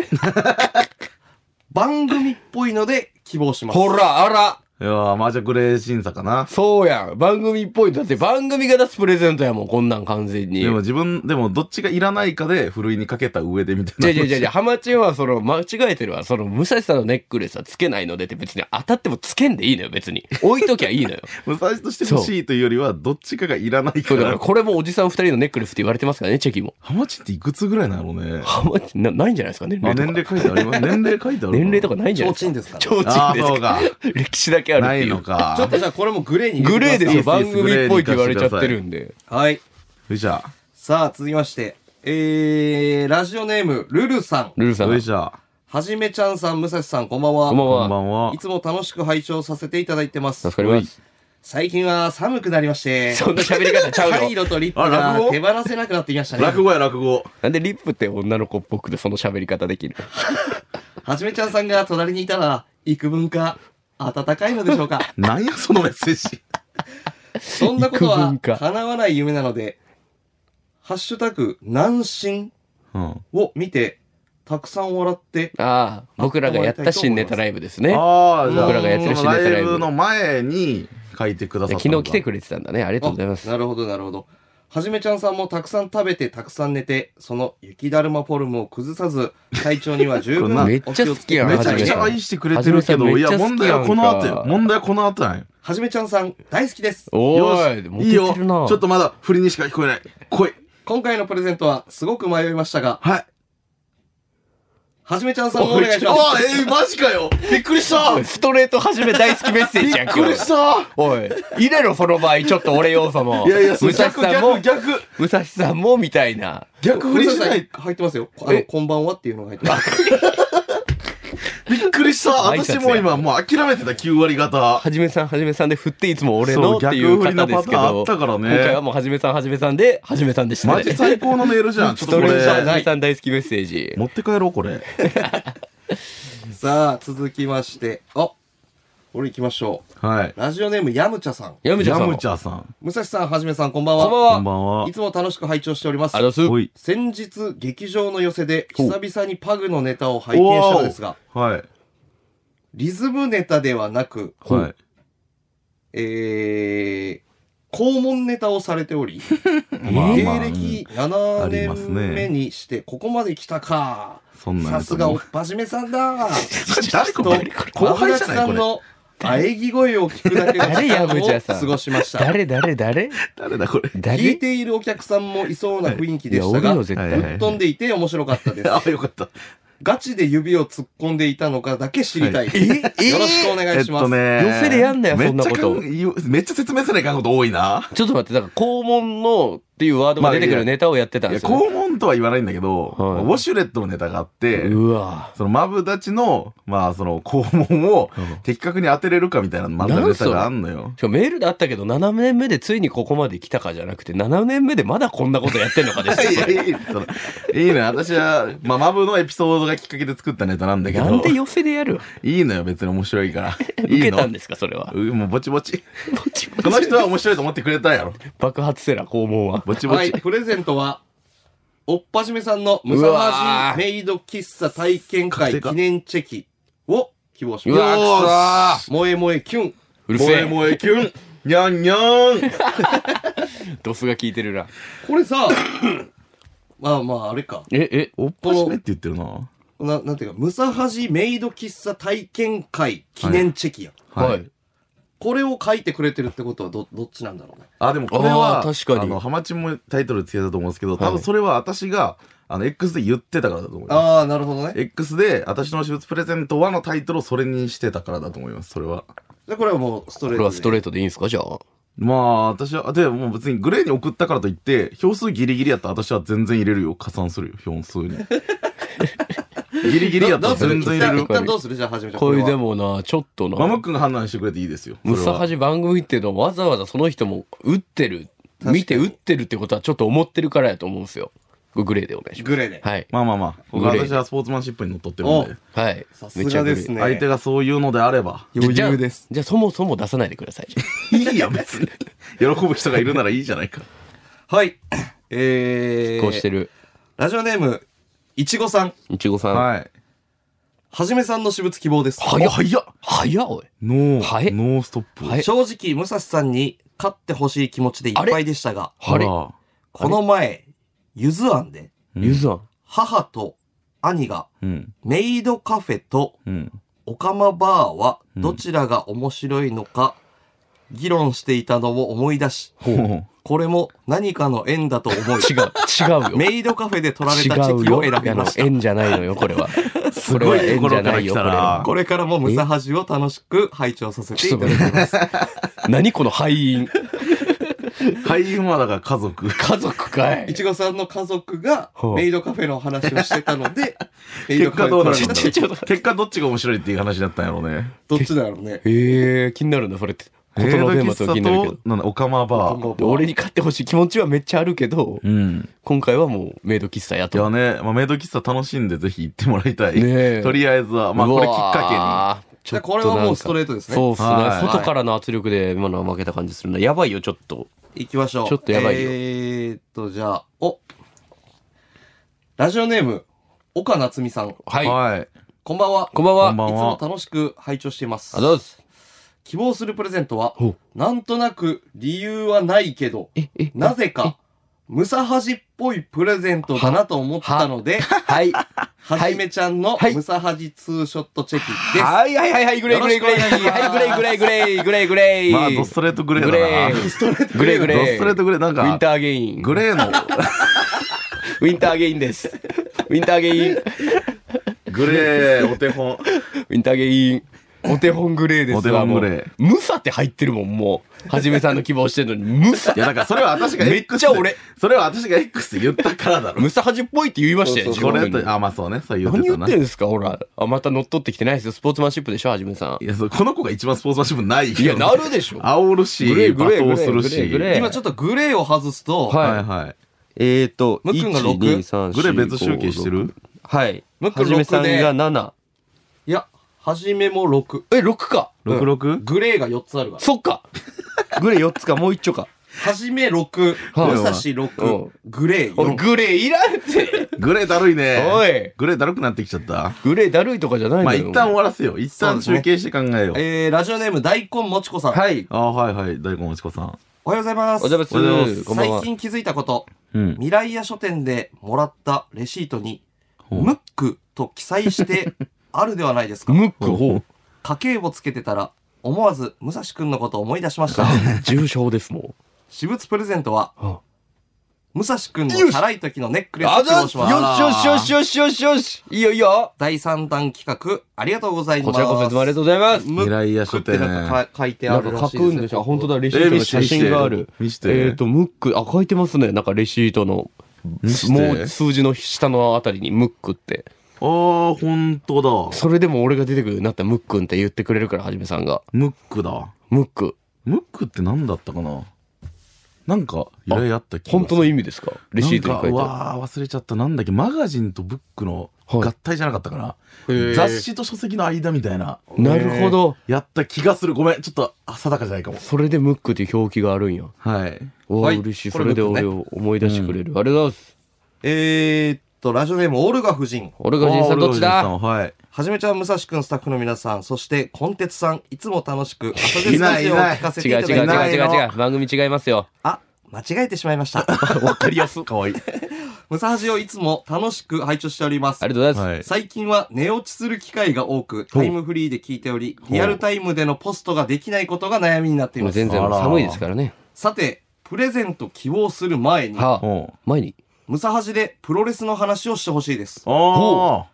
S1: 番組っぽいので希望します。
S4: ほら、あら。
S3: いやー、マージャクレー審査かな。
S4: そうやん。番組っぽい。だって番組が出すプレゼントやもん、こんなん完全に。
S3: でも自分、でもどっちがいらないかで、ふるいにかけた上でみたいな。
S4: 違う違う違う違う、ハマチンはその、間違えてるわ。その、武蔵さんのネックレスはつけないのでって別に当たってもつけんでいいのよ、別 (laughs) に。置いときゃいいのよ。
S3: 武蔵として欲しいというよりは、どっちかがいらない
S4: そ
S3: か
S4: うだから
S3: ら。
S4: これもおじさん二人のネックレスって言われてますからね、チェキも。
S3: ハマチっていくつぐらいなのね。
S4: ハマチンなないんじゃないですか、年
S3: あ
S4: 齢と
S3: 年
S4: か。
S3: 齢書いてあります。年齢書いてある。
S4: 年齢と
S3: か
S4: かないんじゃないです
S1: 提
S4: か。
S1: 灯
S3: な。
S4: 提
S1: ですから
S3: あ
S4: 灯
S3: あ、
S4: です
S3: そう
S4: か。
S3: か。
S4: 歴史だけあるっ
S3: な
S4: てい
S3: い
S4: う。
S3: の
S1: ちょっ
S3: か
S1: と。じゃあこれもグレーに
S4: グ
S1: 入れて
S4: レーです
S3: いい
S4: よ、
S3: ですいい
S4: 番
S3: です
S4: 組っぽいって言われちゃってるんで。
S1: はい。
S3: よいしょ。
S1: さあ、続きまして、えー、ラジオネーム、ルルさん。
S4: ルルさん。
S3: よい
S4: こ
S3: しょ。
S1: はじめちゃんさん、むさしさん、こんばんは。
S4: んばん
S3: こんば
S4: は。
S3: んは。
S1: いつも楽しく拝聴させていただいてます
S4: 助。かります。
S1: 最近は寒くなりまして、
S4: そんな喋り方ちゃ
S1: カ
S4: う
S1: イ
S4: よ。
S1: ロとリップ
S3: あ
S1: が
S3: 落語
S1: 手放せなくなってきました
S3: 落
S1: ね。
S3: 語や、落語。
S4: なんでリップって女の子っぽくてその喋り方できる。
S1: はじめちゃんさんが隣にいたら、幾分か暖かいのでしょ
S4: (laughs)
S1: うか。
S3: なんや、そのメッセージ。
S1: そんなこと
S4: 幾
S1: は
S4: 分か
S1: 叶わない夢なので、ハッシュタグ、南進
S3: うん。
S1: を見て、たくさん笑って、
S4: ああ、僕らがやった新ネタライブですね。
S3: ああ、じゃあ、
S1: 僕らがやってる
S3: その
S4: シネタ
S3: ラ
S4: ラ
S3: イ
S4: イブ
S3: ブの前に書いてくださった
S4: 昨
S3: の
S4: 日
S3: か。
S4: 来てくれてたんだね。ありがとうございます。
S1: あなるほど、なるほど。はじめちゃんさんもたくさん食べて、たくさん寝て、その雪だるまフォルムを崩さず、体調
S4: (laughs)
S1: には十
S3: こんな
S1: 分
S4: めっちゃ好きやん
S1: お気を
S3: め
S1: つ
S3: ちゃくち
S1: けてください
S3: ゃ愛してくれてるけど、い
S4: はじめさ
S3: や、
S4: んめ
S3: 問
S4: っちゃ好
S3: 題
S4: きやんか
S3: はこの後よ。問題はこの後なんよ。
S1: はじめちゃんさん、大好きです。
S4: おーい、
S3: よ
S4: モ
S3: し
S4: テ
S3: いいよ。
S4: て
S3: ち
S4: るな。
S3: ょっとまだ振りにしか聞こえない。来い。
S1: 今回のプレゼントは、すごく迷いましたが、
S3: はい。
S1: はじめちゃんさんもお願いしま
S3: あ
S1: す。
S3: えー、マジかよ。びっくりした。
S4: おい、
S3: びっ
S4: ストレート始め大好きメッセー (laughs) ジやんけ。
S3: くりした。
S4: おい、入れろ、その場合、ちょっと俺要素も。
S3: いやいや、そ
S4: 武
S3: う
S4: 蔵
S3: 逆
S4: さんも
S3: 逆、逆
S4: 武蔵さんも、みたいな。
S3: 逆振りしない。
S1: 入ってますよ。あの、
S4: え
S1: こんばんはっていうのが入っ
S4: (laughs)
S1: てます。
S3: びっくりした。
S4: 挨拶
S3: 私
S4: や
S3: も今もう諦めてた9割方。
S4: はじめさん、はじめさんで振って、いつも俺
S3: そ
S4: の
S3: う
S4: っていう方
S3: 逆振
S4: ですけ
S3: りのパターンあ
S4: ど。
S3: ったからね
S4: 今回はもうはじめさん、はじめさんで、はじめさんでした
S3: マジ
S4: ね。
S3: 最高のメールじゃん。ちょっ
S4: ス
S3: とこ
S4: トレートは
S1: じゃ
S4: じ
S1: な
S3: れ
S1: い
S4: めさん大好きメッセージ。
S3: 持って帰ろうこれ。
S1: さあ、続きまして、あ、俺行きましょう。
S3: はい。
S1: ラジオネーム、やむちゃさん。
S4: やむちゃ
S3: ヤ
S4: んさん。
S3: ムチャさん。
S1: 武蔵さん、はじめさん、こんばんは。。
S4: こんばんは。
S3: こんばんはい
S1: つも楽しく拝聴しております。
S4: ありがとうご
S3: お
S4: ざい
S3: い。
S1: 先日、劇場の寄せで、
S4: ほう
S1: 久々にパグのネタを拝見したのですが、
S3: はい。
S1: リズムネタではなく、
S4: ほう
S3: はい。
S1: えー、肛門ネタをされており、
S3: まあまあ
S1: 芸
S3: うん
S1: 歴
S3: あ
S1: 7
S3: ります
S1: 年
S3: ね
S1: 目にして、ここまで来たか。
S3: そんな
S1: さすがおっぱじめさんだ。
S3: 誰
S1: と
S3: これ後輩じゃな
S1: さ
S3: いこ
S1: ん
S3: れ。
S1: の喘ぎ声を聞くだけの
S4: 誰
S1: 時
S4: やむち
S1: 間
S4: ゃ
S1: を
S4: さん
S1: 過ごしまし
S4: ます。
S1: た。
S4: 誰、誰、誰
S3: 誰だこれ。
S1: 聞
S4: 誰
S1: いているお客さんもいそうな雰囲気
S4: い
S1: で
S4: や、
S1: した
S4: 俺
S1: が、ぶ
S4: よ、
S1: っ
S4: 絶
S3: はい
S4: 対。
S3: はい
S1: 飛んでいて面白かったで
S3: (laughs)
S1: す。
S3: あ、よかった。
S1: ガチで指を突っ込んでいたのかだけ知りたい。
S4: ええ
S1: (laughs) よろしくお願いします。
S3: ね
S4: 寄せでやんなよそんなこと
S3: めっちゃかんめっちゃ説明せないかんこと多いな。
S4: ちょっと待って、だから、肛門のっていうワードが出てくるネタをやってたん
S3: いや、
S4: ですよね。
S3: 肛門とは言わないんだけど、
S4: はい
S3: ウォシュレットのネタがあって、
S4: うわ
S3: そのマブダチの、まあその肛門を的確に当てれるかみたいなまだネタがあんのよ。
S4: しかもメールであったけど、7年目でついにここまで来たかじゃなくて、7年目でまだこんなことやってんのかですよ
S3: い。やいやいいそのいいのよ私は、まあ、マブのエピソードがきっかけで作ったネタなんだけど
S4: なんで寄せでやる
S3: いいのよ別に面白いからい
S4: (laughs) 受
S3: い
S4: けたん
S3: の
S4: ですか、それは。
S3: うもうぼちぼちこの人は面白いと思ってくれたんやろ
S4: 爆発せら、肛門は。
S3: ぼちぼち、
S1: はい、プレゼントは、おっぱじめさんのムサ
S4: う
S1: ハ
S4: わ
S1: ジ
S4: ー
S1: メイド喫茶体験会記念チェキを希望し
S4: うわ
S1: ま
S4: ー
S1: す。
S4: くそー
S1: 萌え萌えキュン。
S4: うる
S3: 萌
S4: せ
S3: え
S4: え。
S3: 萌えキュンにゃんにゃん
S4: ドスが効いてるな。
S1: (coughs) これさ、まあまあ、あれか。
S4: え、え、
S3: おっぱしめって言ってるな
S1: ななんていうか、ムサハジメイド喫茶体験会記念チェキや。
S3: はい
S4: い。
S1: これを書いてくれてるってことはど、どっちなんだろうね。
S3: あ、でもこれ
S4: あ
S3: は、
S4: ー確かに
S3: あの、ハマチンもタイトルつけたと思うんですけど、多分それは私が、あの、X で言ってたからだと思いま
S1: ああ、なるほど
S3: す。
S1: ね。
S3: X で、私の私物プレゼントはのタイトルをそれにしてたからだと思います、それは。
S1: じゃあこれはもうス
S4: こ
S1: トレー
S4: れ
S1: ト
S4: は
S1: で。
S4: ストレートでいいんですかじゃあ。
S3: まあ、私は、でもう別にグレーに送ったからといって、票数ギリギリやったら私は全然入れるよ。加算するよ、票
S4: (laughs)
S3: 数に。ギリギリやったら
S1: ど
S3: 全
S1: うす
S3: 然
S1: る
S3: 入れ
S1: 一旦
S3: る
S1: 一。旦どうするじゃあ始めちゃう。
S4: これで
S1: も。
S4: もな、ちょっとな。
S3: マムックが判断してくれていいですよ。
S4: ムサハ
S3: ジ。
S4: ジ番組っていうのはわざわざその人も打ってる、
S1: かに
S4: 見て打ってるってことはちょっと思ってるからやと思うんですよ。グレーでお願いしま
S1: グレーで。
S4: す。はい。
S3: まあまあまあ、僕は
S4: グレー
S3: 私はスポーツマンシップにのっとってるんで、
S4: はい。
S1: さすがです
S4: めっちゃグレー。
S1: ね。
S3: 相手がそういうのであれば、
S4: 余裕です。じゃあそもそも出さないでください。
S3: いいや、別に。喜ぶ人がいるならいいじゃないか。
S1: はい。
S4: (coughs)
S1: えー、
S4: こうしてる。
S1: ラジオネーム、いちごさん。
S4: いちごさん。
S3: はい。
S1: はじめさんの私物希望です。
S4: 早っ早っ早っおい。
S3: ノー、
S4: はえ
S3: ノーストップ。
S4: はえ
S1: 正直、武蔵さんに勝ってほしい気持ちでいっぱいでしたが、
S4: あれ
S3: あ
S1: この前、ゆず庵で、
S4: ゆずあん。
S1: 母と兄が
S3: らうん、
S1: メイドカフェと
S3: うん。
S1: オカマバーはどちらが面白いのか議論していたのを思い出し、
S3: ほう。
S1: これも何かの縁だと思い、
S4: (laughs) 違う。
S1: (laughs)
S4: 違うよ。
S1: メイドカフェで取られたチ
S4: 違
S1: ェ
S4: う
S1: キ
S4: よ。
S1: を選びまし
S4: あの
S1: た。
S4: 縁じゃないのよ、これは。す
S3: ごいところから来たな
S1: これからもムサハジを楽しく拝聴させていただきます。
S4: 何この敗因。
S3: 俳優はだから家族。
S4: 家族かい
S1: い。ちごさんの家族が
S4: ほう
S1: メイドカフェの話をしてた
S4: (laughs)
S1: ので、メ
S3: (laughs)
S1: イ
S3: 結
S1: ドカ
S3: 果
S1: フェ
S3: どうなる
S1: で
S3: ん
S1: 取ら
S3: だ
S1: れ
S3: ろ
S1: た
S3: う結果どっちが面白いっていう話だったんやろう (laughs) ね。
S1: どっちだろうね。
S4: ええ、気になるな、それって。
S3: メ
S4: 言
S3: イド
S4: のテーマ
S3: 喫
S4: と
S3: 茶
S4: 気になるけど
S3: と、。なんだ、オカマバー。
S4: で俺に買ってほしい気持ちはめっちゃあるけど、
S3: うん。
S4: 今回はもうメイド喫茶や
S3: いや
S4: と。
S3: ね、まあ、メイド喫茶楽しんでぜひ行ってもらいたい。
S4: ねえ
S3: とりあえずは、まあ、これきっか
S4: けに。
S1: じゃあこれはもうストレートですね。
S4: そうっすね
S3: はい。
S4: 外からの圧力で今のは負けた感じするな。やばいよ、ちょっと。
S1: 行きましょう。
S4: ちょっとやばいよ
S1: えーっと、じゃあ、おラジオネーム、岡夏美さん。
S4: は
S3: け
S4: い。
S3: に。
S4: こ
S3: はい。
S1: こんばんは。
S4: んばんは。
S3: こんばん
S4: あ
S3: は
S1: つも楽しく拝聴しています
S4: りが。とうございます。
S1: 希望するプレゼントは
S4: ほう、
S1: なんとなく理由はないけど、
S4: え、え、
S1: なぜか、ムサハジっぽいプレゼントだなと思ったので、
S4: はい。は
S1: はじめちゃんの
S4: はい
S1: ムサハジツーショットチェキです。
S4: いはいはいはい、グレーグレーグレー。
S1: よろしくお願いします
S4: はい、グレーグレーグレーグレーグレー。
S3: まあ、ドストレートグレーだな。
S4: グレー
S3: ド
S4: ド
S3: ス
S4: ス
S3: トレート
S4: グレーグレー。
S3: ドストレートグレー、なん
S4: ウィン
S3: か、
S4: ターゲイン。
S3: グレーの、
S4: ウィンターゲインです。ウィンターゲイン。ウ
S3: グレーお手本。
S4: ィンターゲイン。お手本グレーですわ
S3: お手本グレー。
S4: もうムサって入ってるもん、もう。はじめさんの希望してるのに、ムサ
S3: い。や、だからそれは私が X
S4: めっちゃ俺
S3: でそれは私が X で言ったからだろ。
S4: ムサハジっぽいって言いましたよ、
S1: そうそ
S3: こ
S4: 自分
S3: れ
S4: の
S3: やっ
S4: に
S3: たあ、まあそうね。そう言って
S4: 何
S3: た
S4: 言
S3: な
S4: って。んですか、ほら。あ、また乗っ取ってきてないですよ。スポーツマンシップでしょ、はじめさ
S3: いや、そうこの子が一番スポーツマンシップない
S4: ん。
S3: け
S4: い
S3: ど
S4: や、なるでしょ。
S3: 煽るし、
S4: グレーグ
S3: 罵
S4: レー
S3: 倒する
S4: グレーグレーグレ
S3: し。
S4: ー
S1: 今ちょっとグレーを外すと、
S4: はい
S3: はいはい。
S4: えーと、
S1: むっくんが
S4: 1 2 3 4
S3: グレー別集計してる
S4: はい。
S1: むっくん
S4: はじめさん
S1: 六で
S4: が7。
S1: いや、はじめも6。
S4: え、6か。
S3: ?66?
S1: グレーが4つあるから。
S4: そっか。 (laughs) グレー4つか、もう一丁か。
S1: はじめ6、
S4: はい
S1: 武蔵
S4: う
S1: 6
S4: ん、
S1: グレー
S4: おい
S1: 4。
S4: グレーいらんって。
S3: グレーだるいね。
S4: おい
S3: グレーだるくなってきちゃった。
S4: グレーだるいとかじゃないん
S3: まあ
S4: だよ。
S3: 一旦終わらせよう。一旦
S1: そうですね
S3: 集計して考えよう。
S1: えー、ラジオネーム大根もちこさん。
S4: はい。
S3: ああ、はいはい。大根おちこさん。
S1: おはようございます。
S4: お邪魔し
S3: おはようござい
S4: ま
S3: ます
S4: す。こんばんは
S1: 最。近気づいたこと、
S3: うん。
S1: 未来屋書店でもらったレシートに、
S3: う
S1: ムックと記載してあるではないですか。
S4: ムック、
S3: ほ
S4: ほ
S3: う
S4: う。
S1: 家計簿つけてたら、思わず武蔵くんのことを思い出し
S4: (laughs)
S1: ました。
S4: 重症です、も
S1: 私物プレゼントは
S4: あ、
S1: 武蔵くんのチ
S4: よし
S1: ャラい時のネック
S4: う。
S1: レスを希望します。
S4: よしよしよしよしよし。いいよいいよ。
S1: 第3弾企画、ありがとうございます。
S4: こちらこそいつもありがとうございます。
S1: ムッ
S3: 未
S1: ク
S3: 来屋書
S1: って
S3: 店。
S1: なんかか書いてあ
S4: なん
S1: る
S4: から書
S1: しいですね
S4: くんでしょ本当だ、レシ
S3: えー
S4: ートの
S3: 見せて
S4: 写真がある。
S3: 見せて見せて
S4: えっと、ムック、あ、書いてますね。なんかレシートの、
S3: 見せて
S4: もう数字の下のあたりにムックって。
S3: ああ、ほんとだ。
S4: それでも俺が出てくるようになったらムックンって言ってくれるから、はじめさんが。
S3: ムックだ。
S4: ムック。
S3: ムックって何だったかななんか、依頼あった気がする
S4: 本当の意味ですかレシートに書
S3: なん
S4: いて
S3: か
S4: あ
S3: うわー忘れちゃったなんだっけマガジンとブックの
S4: はい
S3: 合体じゃなかったかな、
S1: へー
S3: 雑誌と書籍の間みたいな
S4: る。なるほど。
S3: やった気がするごめんちょっとあ定かじゃないかも
S4: それでムックっていう表記があるんや。
S3: はい
S4: わ
S1: は
S4: あ、
S1: い
S4: 嬉しい。
S1: こ
S4: そ
S1: れ
S4: れで
S1: 僕ね
S4: 俺を思い出してくれる。ありがとうございます。
S1: えーっと、ラジオネームオルガ夫人。
S4: 俺が人さんどっち
S3: あー
S4: だ
S3: 俺がおじいさんはい
S1: はじめちゃん、むさしくん、スタッフの皆さん、そして、コンテツさん、いつも楽しく、朝ですラジオを聞かせ
S4: 違
S1: て
S4: う
S1: いた
S4: 違
S1: だ
S4: う
S1: い
S4: 違う違う
S1: てます
S4: 違う違う。番組違いますよ。 (laughs)
S1: あ、間違えてしまいました。
S4: わかりやす。
S3: かわいい
S1: ムサハジをいつも楽しく拝聴しております
S4: あ。りがとうございます。
S3: はい。
S1: 最近は寝落ちする機会が多く、タイムフリーで聞いており、
S3: ほう
S1: リアルタイムでのポストができないことが悩みになってい
S4: も
S1: ま
S4: う
S1: す。
S4: 全然
S3: あら
S4: 寒いですからね。
S1: さて、プレゼント希望する前に、
S4: はあ、
S3: おう
S4: 前に。
S1: ムサハジでプロレスの話をしてほしいです。
S3: あ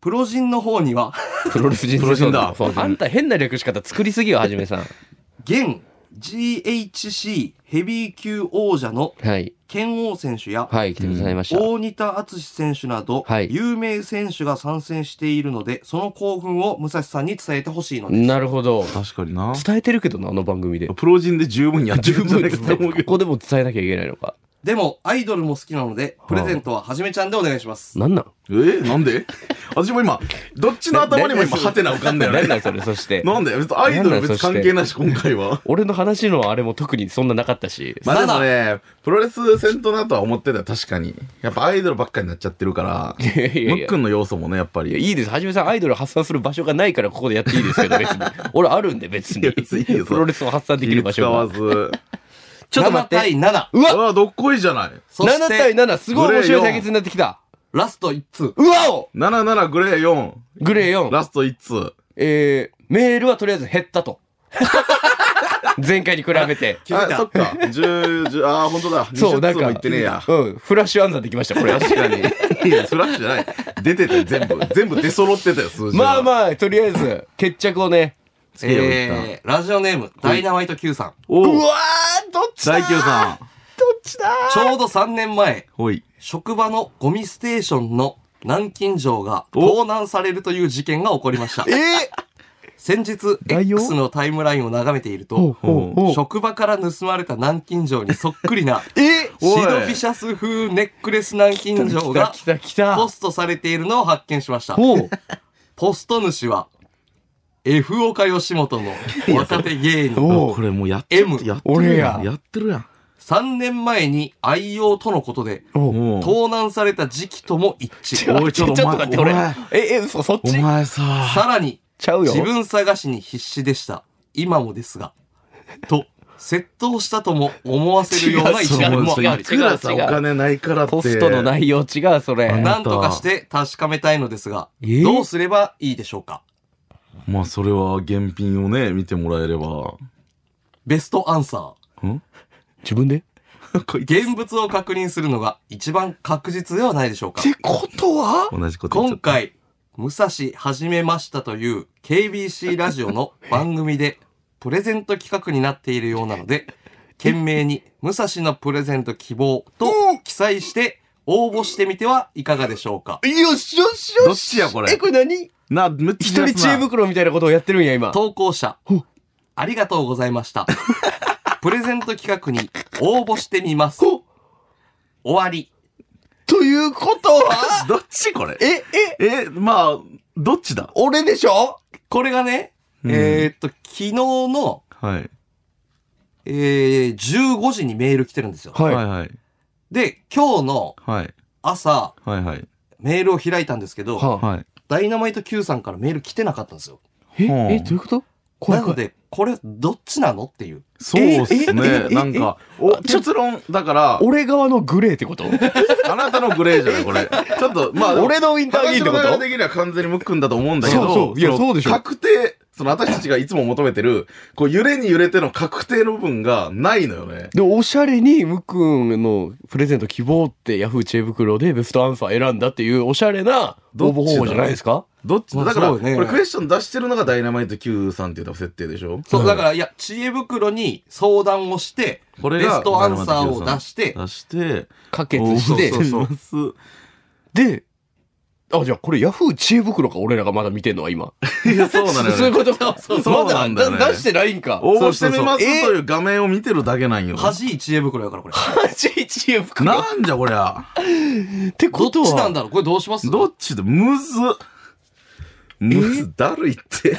S1: プロ人の方には、
S4: プロレス人
S3: プロレス人だ
S4: そうあんた変な略し方作りすぎよ、はじめさん。
S1: 現 GHC ヘビー級王者の
S4: はい。
S1: 剣王選手や、
S4: はい、来てくださいました。
S1: 大仁田敦選手など、
S4: はい
S1: 有名選手が参戦しているので、その興奮を武蔵さんに伝えてほしいのです。
S4: なるほど。
S3: あ。確かにな。
S4: 伝えてるけどな、あの番組で。
S3: プロ人で十分やってるんじゃないかと思うけ
S4: こ
S3: ど。
S4: こでも伝えなきゃいけないのか。
S1: でも、アイドルも好きなので、プレゼントははじめちゃんでお願いします。
S4: なんなん
S3: えー、なんで私も今、どっちの頭にも今、ハテナ浮かんだよ
S4: なん
S3: ね。
S4: なんそれ、そして。
S3: なんで別にアイドルは別に関係ないし、今回は。
S4: 俺の話のあれも特にそんななかったし。
S3: まあでもね、プロレス戦闘なとは思ってたよ確かに。やっぱアイドルばっかりになっちゃってるから、
S4: いやいや
S3: ム
S4: いや
S3: ック。ンの要素もね、やっぱ
S4: いや、
S3: り。
S4: いいです。はじめさん、アイドル発散する場所がないから、ここでやっていいですけど、別 (laughs) に。俺あるんで、別
S3: いや
S4: に。
S3: 別にいいよ
S4: プロレスを発散できる場所
S3: 使わ
S4: が。 (laughs)
S3: ず。
S4: ちょっと待って。
S1: 7対7。
S4: う
S3: あ
S4: わ
S3: わ、どっこいじゃない。
S1: そ
S4: !7
S1: し
S4: 対
S1: て、
S4: 7、すごい面白い
S3: グレー
S4: 対
S3: よ
S4: 決になってきた。
S1: ラスト1通。
S4: うわお
S3: 77グレー4、
S4: グレー4。
S3: ラスト1通。
S4: えー、メールはとりあえず減った (laughs) と。前回に比べて。
S1: 気づい
S3: あ、そ
S1: た
S3: っ。か。10、10、あー、ほんとだ。
S4: そ
S3: 20
S4: う、な
S3: 通
S4: ん
S3: も
S4: か、
S3: いってねえや。
S4: うん、フラッシュ暗算できました、これ。
S3: 確かに。いや、スラッシュじゃない。出てて全部、全部出揃ってたよ、数字は。
S4: (laughs) まあまあ、とりあえず、決着をね。
S3: つけよう一旦
S1: えー、ラジオネーム、ダイナマイト Q さん。
S3: おう
S4: ーどっち
S3: 大 Q さん。
S4: どっちだ
S1: ちょうど3年前、
S3: ほい。
S1: 職場のゴミステーションの南京錠が盗難されるという事件が起こりました。
S4: え
S1: 先日、
S4: 概要
S1: X のタイムラインを眺めていると、
S3: ほうほ
S1: 職場から盗まれた南京錠にそっくり
S4: (laughs)
S1: な、
S4: え
S1: シ
S3: おい
S1: ドビシャス風ネックレス南京錠が
S4: 来た来た
S1: ポストされているのを発見しました。
S4: ほう
S1: ポスト主は、F 岡
S4: (laughs)
S1: 吉本の若手芸人。
S4: お
S3: お
S4: う
S3: これもうやっちゃっや
S1: M
S3: ってるや
S4: 俺や
S3: ん。やってるやん。
S1: 3年前に愛用とのことで、
S3: おう
S1: 盗難された時期とも一致。
S3: おいちょっと
S4: ちょっと待って、
S3: お
S4: 俺
S3: 前。
S4: え、え、嘘、そっ
S3: お
S4: ち
S3: 前さ、
S1: さらに、
S4: ちゃうよ。
S1: 自分探しに必死でした。今もですが。と、窃盗したとも思わせるような一
S3: そ
S4: 違う
S1: 面
S3: う
S1: も
S3: そう
S4: 違う
S3: いくらさ、
S4: 違
S3: お
S4: う違う
S3: 金ないからって。
S4: ポストの内容違う、それ。
S1: なんとかして確かめたいのですが、
S4: えー
S1: どうすればいいでしょうか
S3: まあ、それは、現品をね、見てもらえれ
S4: (laughs)
S3: ば。
S1: ベストアンサ
S3: ん
S4: 自分で
S3: こい
S1: ー。現物を確認するのが一番確実ではないでしょうか
S4: てことは
S3: (laughs) 同じこと言っちゃ
S1: 今
S3: った。
S1: 回、武蔵始めましたという KBC ラジ
S3: (laughs)
S1: オの番組でプレゼント企画になっているようなの
S3: (laughs)
S1: で、懸命に武蔵のプレゼント希望と記載して応募してみてはいかがいかがでしょうか
S4: よしよし
S3: どっちやこれ
S4: え、これ何
S3: な、むっち
S4: 一人知恵袋みたいなことをやってるんや、今。
S1: 投稿者、ありがとうございま
S3: (laughs)
S1: した。プレゼント企画に応募してみます。終わり。
S4: ということは
S3: どっちこれ
S4: え、え、
S3: え、まあ、どっちだ
S4: 俺でしょ
S1: これがね、えーっと、昨日の、
S3: はい。
S1: えー、15時にメール来てるんですよ。
S3: はい
S4: は
S3: はい。
S1: で、今日の
S3: はい。
S1: 朝、
S3: はいはい。
S1: メールを開いたんですけ
S4: い。
S1: ど、
S4: は
S3: はい。
S1: ダイナマイト Q さんからメール来てなかったんですよ。
S4: え、
S3: はあ
S4: え、どういうこと
S1: なので、これ、どっちなのっていう。
S3: そうっす
S4: えええ
S3: ね。
S4: え
S3: なんか、お、結論、だから、
S4: 俺側のグレーって (laughs) こと
S3: あなたのグレーじゃないこれ。ちょっと、まあ、
S4: 俺のウィンターギ
S3: 私
S4: ーって
S3: の
S4: こ
S3: 流れ
S4: と
S3: 的には完全にムックンだと思うんだけど、
S4: そうそういや
S3: の
S4: そうでしょ
S3: 確定、その私たちがいつも求めてる、こう揺れに揺れての確定の部分がないのよね。
S4: で、おしゃれに、ムックンのプレゼント希望ってヤフー知恵袋でベストアンサー選んだっていうおしゃれな応募方法じゃないですか
S3: どっち
S1: まあ
S3: だから、
S1: そ
S3: こ
S1: うね
S3: れクエスチョン出してるのがダイナマイト Q さんっていう多分設定でしょ
S1: そう、だから、いや、知恵袋に相談をして、
S3: これ
S1: ベ
S3: が
S1: ストアンサーを出して、
S3: 出して、
S4: 可決して
S3: 応募、してます
S4: で、あ、じゃあこれヤフー知恵袋か、俺らがまだ見てんのは今。
S3: いや、 (laughs) そうなの
S4: そうい
S3: よね。
S4: うことか。
S3: そうそう
S4: ま
S3: なんだよね
S4: 出してないんか。
S3: 応募してみます
S4: そうそう
S3: という画面を見てるだけなんよ。
S1: 恥じい知恵袋やから、これ。
S4: そうえ知知恵袋。っ
S3: なんじゃこりゃ。
S4: て
S1: ど
S4: こ
S1: っ
S4: と
S1: ちなん
S4: は、
S1: だろうこれどうします
S3: どっちだむずむずだるいって。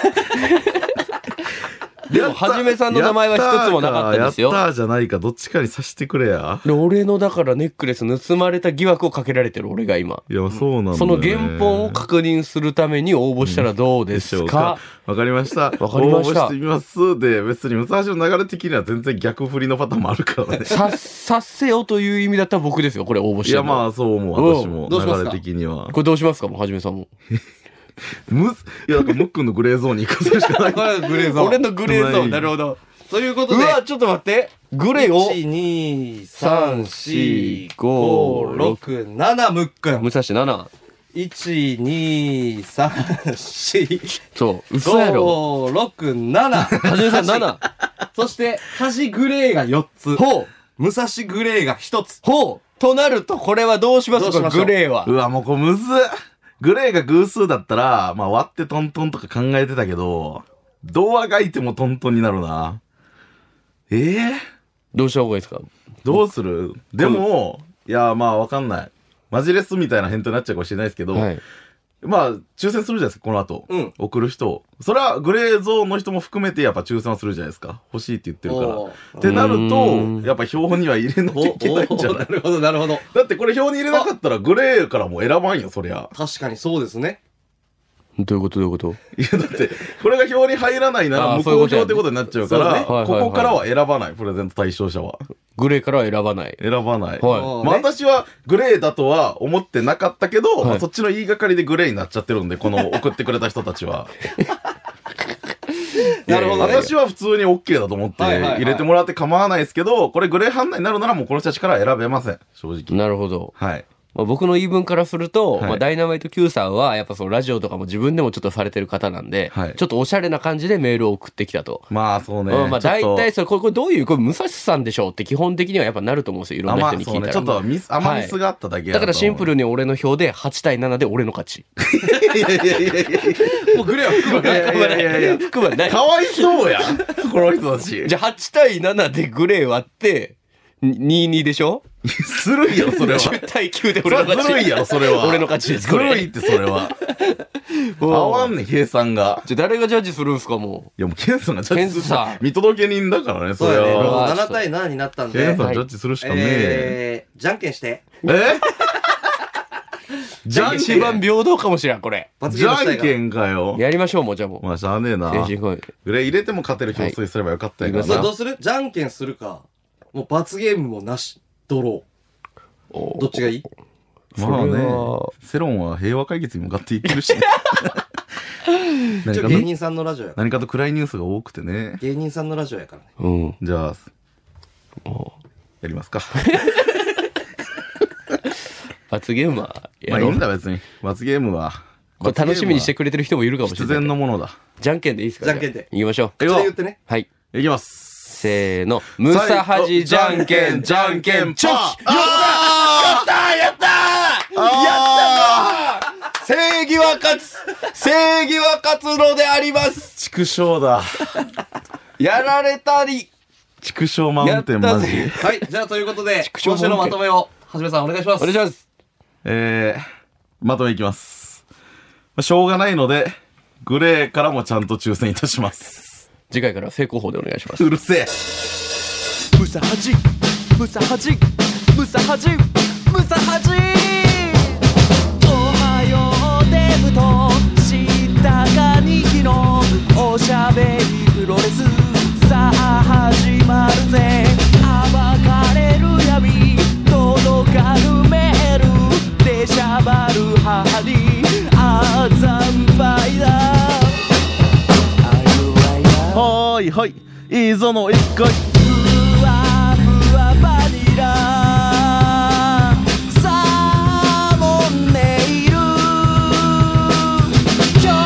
S4: でもはじめさんの名前は一つもなかったですよ
S3: やったーじゃないか、どっちかにさしてくれや。
S4: で俺のだからネックレス盗まれた疑惑をかけられてる俺が今
S3: いや、そうなんだ、ね。
S4: その原本を確認するために応募したらどうで
S3: でしょ
S4: す
S3: う
S4: か
S3: か。わかりました。わか
S4: かりました。
S3: 応募してみます。で、別に、武蔵の流れ的には全然逆振りのパターンもあるからね
S4: ささせよという意味だったら僕ですよこれ応募し
S3: い
S4: て
S3: や、
S4: るの
S3: まあ、そう思う。私
S1: うん
S3: も、
S1: どうします
S3: 流
S1: か
S3: れ的には。
S4: これどうしますかもうはじめさんも
S3: むず、いや、なんか、ムックンのグレーゾーンに行かせるしかない。
S1: これはグレーゾーン。
S4: 俺のグレーゾー
S3: うま
S4: ン
S3: い
S4: なるほど
S1: ということ
S4: う
S1: で、
S4: わちょっと待ってグレーを
S1: 1、2、3、4、5、6、7、むっくん。
S4: 武蔵7
S1: 1、2、3、4、
S4: そう嘘やろ
S1: 5、6、7。
S4: はじめさん7
S1: そして、カシグレーが4つ。
S4: ほう
S1: 武蔵グレーが1つ。
S4: ほうとなるとこれはどうします
S1: どうし
S4: か
S1: ましょう
S4: グレ
S3: (laughs)
S4: ーは
S3: うわ、もうこれむずっグレーが偶数だったら、まあ、割ってトントンとか考えてたけど、どうあがいてもトントンになるな。ええ
S4: どうした方がいいですか
S3: どうするでも、いや、まあ、わかんない。マジレスみたいな返答になっちゃうかもしれないですけど、
S4: はい
S3: まあ、抽選するじゃないですか、この後。
S1: うん
S3: 送る人。それは、グレーゾーンの人も含めて、やっぱ抽選はするじゃないですか。欲しいって言ってるから。
S1: お
S3: っ
S1: ー
S3: てなる
S4: うん
S3: と、やっぱ標本には入れなきゃいけないんじゃ
S1: お
S3: な
S1: ないるほど、なるほど。
S3: だってこれ表に入れなかったらグレーからも選ばんよ、そりゃ。
S1: 確かにそうですね。
S4: どういうことどういうこと
S3: いや、だって、これが表に入らないな
S4: あ
S3: ら
S4: ー
S3: 無
S4: そういう
S3: 効
S4: ことや
S3: 票ってことになっちゃうか
S1: そう
S3: ら、
S1: ね
S4: はいはいはい
S3: ここからは選ばない、プレゼント対象者は。
S4: グレーからは選ばない
S3: 選ばない。
S4: はい
S3: まあ、私はグレーだとは思ってなかったけど、
S4: い
S3: まあそっちの言いがかりでグレーになっちゃってるんで、こ
S4: (laughs)
S3: の送ってくれた人たちは。
S1: (laughs) なるほどね。
S3: 私は普通に OK だと思って
S1: はいはいはい
S3: 入れてもらって構わないですけど、これグレー判断になるならもうこの人たちからは選べません、正直。
S4: なるほど
S3: はい。
S4: まあ、僕の言い分からすると、
S3: はい
S4: まあ、ダイナマイト Q さんはやっぱそのラジオとかも自分でもちょっとされてる方なんで、
S3: はい
S4: ちょっとおしゃれな感じでメールを送ってきたと。
S3: まあそうね。
S4: うんまあ、
S3: ちょっ
S4: 大
S3: と
S4: 体それこれこれどういうこれ武蔵さんでしょうって基本的にはやっぱなると思うんですよいろんな
S3: 甘
S4: 人に聞
S3: そう
S4: いた
S3: ね、
S4: ら。
S3: ちょっとミス、甘
S4: はい
S3: ミスがあっただけやと
S4: だか
S3: 思
S4: ら
S3: う
S4: シンプルに俺の票で8対7で俺の勝ち。
S3: いやいやいやいや
S1: もうグレーは含まない。
S3: いやいやいや
S4: (laughs) 含まない
S3: かわいそうや
S4: (laughs)
S3: んこの人たち
S4: じゃあ8対7でグレー割って22でしょ
S3: するいよそれはそれ
S4: 10対9で俺の勝ち。
S3: ずるいやろそれは
S4: 俺の勝ちです
S3: ず
S4: これ
S3: るいってそれ
S4: (laughs)
S3: は合わんねん計算が
S4: じゃあ誰がジャッジするんすかも
S3: いやもうケンさんがジャッジする
S4: ケンさん
S3: 見届け人だからねそ
S1: そう
S3: れ
S1: やね。
S3: は
S1: もう7対7になったん
S3: ケ
S1: で
S3: ン。さんジャッジするしかねえ
S1: えー、じゃんけんして。
S4: (laughs)
S3: えじ
S4: う。
S3: ゃん
S4: 一番
S3: け
S4: 平等かもしれんこれ。
S3: ん
S1: 罰
S3: じ
S1: ゲームし
S3: ゃ
S1: たい
S3: ん
S1: から
S3: け。んかよ
S4: やりましょうもうじゃあもう。
S3: まあしゃあねえな
S4: 先進行為
S3: グレー入れても勝てる競争すればよかったんやか
S1: そ
S3: ら
S1: うど
S3: な
S1: うするじゃんけんするか。もう罰ゲームもなし、ドロー。どっちがいい
S3: まあ
S4: それ
S3: ね
S4: は
S3: 世論は平和解決に向かっていって
S4: (laughs)
S3: るし何
S1: 一
S3: か
S1: 応
S3: ね
S1: 芸人さんのラジオやから。
S3: 何かと暗いニュースが多くてね
S1: 芸人さんのラジオやからね。
S4: うん。
S3: じゃあ、やりますか。
S4: 罰ゲーム
S3: ま
S4: はや
S3: あい
S4: ろ
S3: い
S4: うん
S3: だ別に。罰ゲームは。
S4: これ楽しみにしてくれてる人もいるかもし
S3: 必
S4: れない。
S3: 然のものだ。
S4: じゃんけんでいいですか
S1: じゃんけんで
S4: 行きましょう。
S1: それ言ってね。
S4: はい。
S3: いきます。
S4: せーの。ムサハジじゃんけん、じゃんけん、チョキ
S3: やったやった
S4: 正義は勝つ正義は勝つのであります
S3: 畜生だ。
S4: やられたり
S3: 畜生マウンテン
S4: やった
S3: マ
S4: ぜ
S3: ジ。
S1: はい、じゃあということで、
S4: 畜生
S1: 今週のまとめを、はじめさんお願いしま
S4: お
S1: す。
S4: 願いします
S3: えー、まとめいきます。まあしょうがないので、グレーからもちゃんと抽選いたします。
S4: 次回から正攻法でお願いします。
S3: うるせえ。
S2: ムサハジムサハジムサハジムサハジおはようデブとしたかにきのおしゃべりプロレスさあ始まるぜ暴かれる闇届かぬメールでしゃばる母にあざんばいだ
S3: はーいはい。いいぞの一回。
S2: ふわふわバニラサーモンネイル今日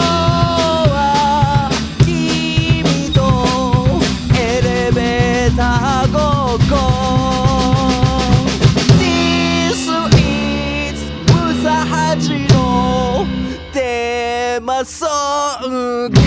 S2: は君とエレベーターごっこ This is ムサハジのテーマソング